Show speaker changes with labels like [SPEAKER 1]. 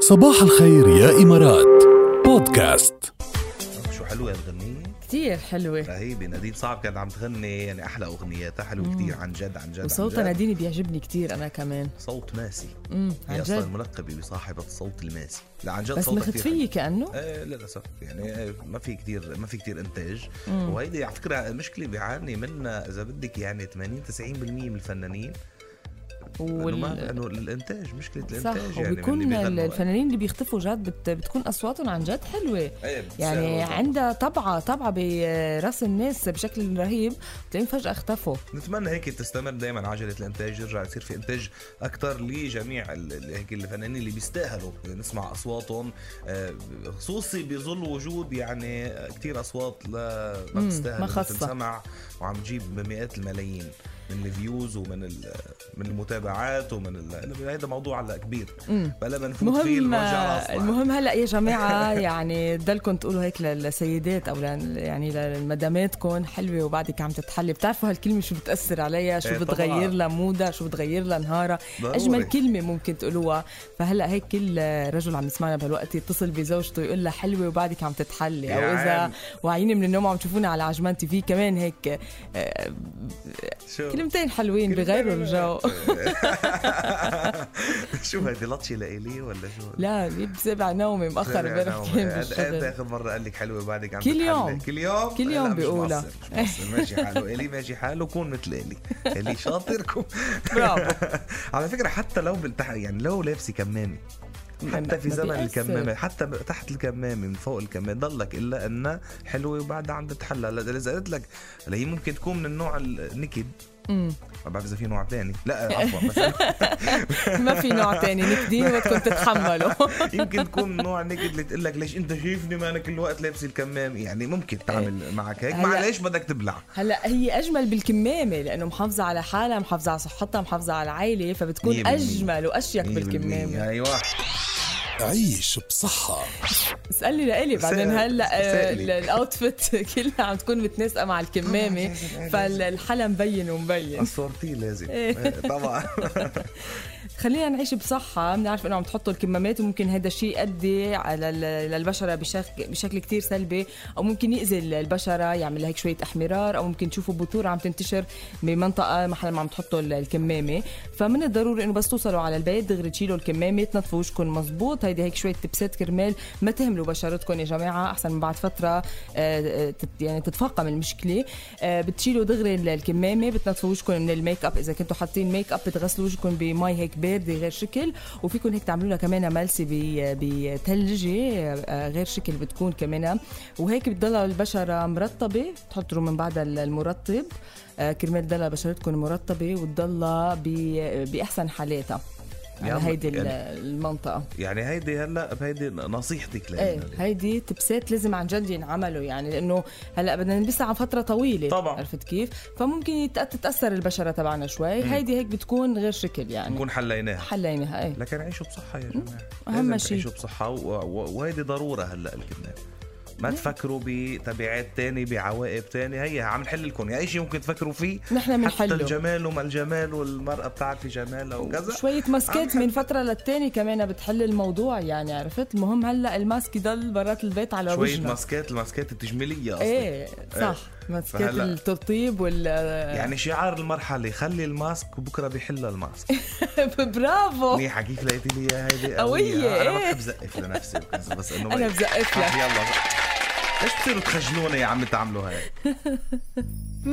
[SPEAKER 1] صباح الخير يا إمارات بودكاست
[SPEAKER 2] شو حلوه الغنيه
[SPEAKER 3] كتير حلوة
[SPEAKER 2] رهيبه نادين صعب كانت عم تغني يعني احلى اغنياتها حلوه
[SPEAKER 3] مم.
[SPEAKER 2] كثير عن جد عن جد
[SPEAKER 3] وصوتها
[SPEAKER 2] عن جد.
[SPEAKER 3] نادين بيعجبني كتير أنا كمان
[SPEAKER 2] صوت ماسي
[SPEAKER 3] امم
[SPEAKER 2] هي
[SPEAKER 3] عن
[SPEAKER 2] اصلا
[SPEAKER 3] جد
[SPEAKER 2] ملقبه بصاحبه الصوت الماسي لا عن جد
[SPEAKER 3] بس
[SPEAKER 2] صوتها كتير حلو.
[SPEAKER 3] مختفية كأنه
[SPEAKER 2] آه للاسف يعني آه ما في كثير ما في كثير انتاج
[SPEAKER 3] مم.
[SPEAKER 2] وهيدي على فكره مشكله بيعاني منها اذا بدك يعني 80 90% من الفنانين انه ما
[SPEAKER 3] وال...
[SPEAKER 2] انه الانتاج مشكله
[SPEAKER 3] صح
[SPEAKER 2] الانتاج يعني
[SPEAKER 3] وبيكون
[SPEAKER 2] من اللي بيغنوا.
[SPEAKER 3] الفنانين اللي بيختفوا جد بت... بتكون أصواتهم عن جد حلوة
[SPEAKER 2] إيه، بتساعد
[SPEAKER 3] يعني
[SPEAKER 2] وطبعاً.
[SPEAKER 3] عندها طبعة طبعة براس الناس بشكل رهيب تلاقيهم فجأة اختفوا
[SPEAKER 2] نتمنى هيك تستمر دائما عجله الانتاج يرجع يصير في انتاج اكثر لجميع ال- ال- هيك الفنانين اللي بيستاهلوا نسمع اصواتهم آه، خصوصي بظل وجود يعني كثير اصوات لا ما
[SPEAKER 3] مم،
[SPEAKER 2] بتستاهل
[SPEAKER 3] ما
[SPEAKER 2] إنها
[SPEAKER 3] خاصة.
[SPEAKER 2] تنسمع وعم تجيب مئات الملايين من الفيوز ومن ال- من المتابعات ومن ال- هذا موضوع هلا كبير
[SPEAKER 3] مم.
[SPEAKER 2] بلا ما نفوت فيه
[SPEAKER 3] المهم
[SPEAKER 2] المرجع المهم
[SPEAKER 3] المهم هلا يا جماعه يعني تضلكم تقولوا هيك للسيدات او لل- يعني لمداماتكم حلوه وبعدك عم تتحلي بتعرفوا هالكلمه شو بتاثر عليها شو
[SPEAKER 2] إيه طبعاً.
[SPEAKER 3] بتغير لها مودها شو بتغير لها نهارها
[SPEAKER 2] ضروري.
[SPEAKER 3] اجمل كلمه ممكن تقولوها فهلا هيك كل رجل عم يسمعنا بهالوقت يتصل بزوجته يقول لها حلوه وبعدك عم تتحلي او
[SPEAKER 2] يا
[SPEAKER 3] اذا
[SPEAKER 2] عم.
[SPEAKER 3] واعيين من النوم عم تشوفونا على عجمان تي في كمان هيك آه، كلمتين حلوين بغيروا الجو
[SPEAKER 2] شو هيدي لطشه لإلي ولا شو؟
[SPEAKER 3] لا بسبع نومي مأخر امبارح كان بالشغل
[SPEAKER 2] اخر مره قال لك حلوه بعدك عم
[SPEAKER 3] كل
[SPEAKER 2] تتحلى.
[SPEAKER 3] يوم.
[SPEAKER 2] كل يوم
[SPEAKER 3] كل يوم
[SPEAKER 2] لا، مش
[SPEAKER 3] بيقولها.
[SPEAKER 2] مقصر، مش مقصر. ماشي حاله الي ماشي حاله كون مثل الي الي شاطر كون
[SPEAKER 3] برافو
[SPEAKER 2] على فكره حتى لو بالتح... يعني لو لابسه كمامه
[SPEAKER 3] ما-
[SPEAKER 2] حتى في
[SPEAKER 3] ما
[SPEAKER 2] زمن
[SPEAKER 3] بيأثر.
[SPEAKER 2] الكمامه حتى ب- تحت الكمامه من فوق الكمامه ضلك الا انها حلوه وبعدها عم تتحلى هلا اذا قلت لك هلا هي ممكن تكون من النوع النكد
[SPEAKER 3] أمم.
[SPEAKER 2] ما بعرف اذا في نوع ثاني لا عفوا بس
[SPEAKER 3] ما في نوع تاني نكدين وبدكم تتحملوا
[SPEAKER 2] يمكن تكون نوع نكد اللي تقول لك ليش انت شايفني ما انا كل وقت لابس الكمام يعني ممكن تعمل معك هيك
[SPEAKER 3] إيه. هلا-
[SPEAKER 2] معلش بدك تبلع
[SPEAKER 3] هلا هي اجمل بالكمامه لانه محافظه على حالها محافظه على صحتها محافظه على العائله فبتكون
[SPEAKER 2] 100%
[SPEAKER 3] اجمل واشيك
[SPEAKER 2] 100%
[SPEAKER 3] بالكمامه
[SPEAKER 2] ايوه
[SPEAKER 1] عيش بصحة
[SPEAKER 3] اسالني لالي بعدين
[SPEAKER 2] سأل-
[SPEAKER 3] هلا آه،
[SPEAKER 2] سألي.
[SPEAKER 3] ال- الاوتفيت كلها عم تكون متناسقه مع الكمامه فالحلا مبين ومبين
[SPEAKER 2] صورتي لازم
[SPEAKER 3] إيه.
[SPEAKER 2] إيه، طبعا
[SPEAKER 3] خلينا نعيش بصحة بنعرف انه عم تحطوا الكمامات وممكن هذا الشيء يؤدي على ال- للبشرة بشكل بشكل كتير سلبي او ممكن يأذي البشرة يعمل هيك شوية احمرار او ممكن تشوفوا بثور عم تنتشر بمنطقة محل ما عم تحطوا ال- الكمامة فمن الضروري انه بس توصلوا على البيت دغري تشيلوا الكمامة تنظفوا وشكم مزبوط هيدي هيك شوية تبسات كرمال ما تهملوا بشرتكم يا جماعة احسن من بعد فترة آه، آه، تت- يعني تتفاقم المشكلة آه، بتشيلوا دغري ال- الكمامة بتنظفوا وجهكم من الميك اب اذا كنتوا حاطين ميك اب بتغسلوا وجهكم بمي هيك باردة غير شكل وفيكم هيك تعملوا لها كمان ملسي ب- بثلجي آه، غير شكل بتكون كمان وهيك بتضل البشرة مرطبة تحطوا من بعدها ال- المرطب آه، كرمال تضل بشرتكم مرطبة وتضلها ب- بأحسن حالاتها
[SPEAKER 2] يا
[SPEAKER 3] على
[SPEAKER 2] عمي،
[SPEAKER 3] هيدي ال-
[SPEAKER 2] يعني-
[SPEAKER 3] المنطقة
[SPEAKER 2] يعني هيدي هلا هيدي نصيحتك
[SPEAKER 3] ايه
[SPEAKER 2] لنا
[SPEAKER 3] هيدي تبسات لازم عن جد ينعملوا يعني لانه هلا بدنا نلبسها على فتره طويله
[SPEAKER 2] طبعاً.
[SPEAKER 3] عرفت كيف؟ فممكن يتأ- تتاثر البشره تبعنا شوي، هيدي هيك بتكون غير شكل يعني
[SPEAKER 2] نكون حليناها
[SPEAKER 3] حليناها ايه
[SPEAKER 2] لكن عيشوا بصحة يا جماعة
[SPEAKER 3] أهم
[SPEAKER 2] لازم
[SPEAKER 3] شي.
[SPEAKER 2] تعيشوا بصحة و- و- وهيدي ضرورة هلا الكمام
[SPEAKER 3] إيه.
[SPEAKER 2] ما تفكروا بتبعات تاني بعواقب تاني هي عم نحل لكم يعني اي شيء ممكن تفكروا فيه
[SPEAKER 3] نحن
[SPEAKER 2] حتى
[SPEAKER 3] بنحله.
[SPEAKER 2] الجمال وما الجمال والمرأة بتعرفي جمالها وكذا
[SPEAKER 3] شوية ماسكات من فترة للتانية كمان بتحل الموضوع يعني عرفت؟ المهم هلا الماسك يضل برات البيت على
[SPEAKER 2] شوية
[SPEAKER 3] وجهنا
[SPEAKER 2] ماسكات الماسكات التجميلية أصلا
[SPEAKER 3] ايه
[SPEAKER 2] إيه.
[SPEAKER 3] صح ماسكات
[SPEAKER 2] فهلأ-
[SPEAKER 3] التطيب وال
[SPEAKER 2] يعني شعار المرحلة خلي الماسك وبكرة بيحل الماسك
[SPEAKER 3] برافو
[SPEAKER 2] منيحة كيف لقيتي لي إياها هيدي
[SPEAKER 3] قوية،
[SPEAKER 2] أنا ما
[SPEAKER 3] إيه.
[SPEAKER 2] بحب زقف لنفسي وكذا بس إنه
[SPEAKER 3] أنا
[SPEAKER 2] بقى-
[SPEAKER 3] بزقف لك.
[SPEAKER 2] يلا ليش بتصيروا تخجلوني يا عم تعملوا هيك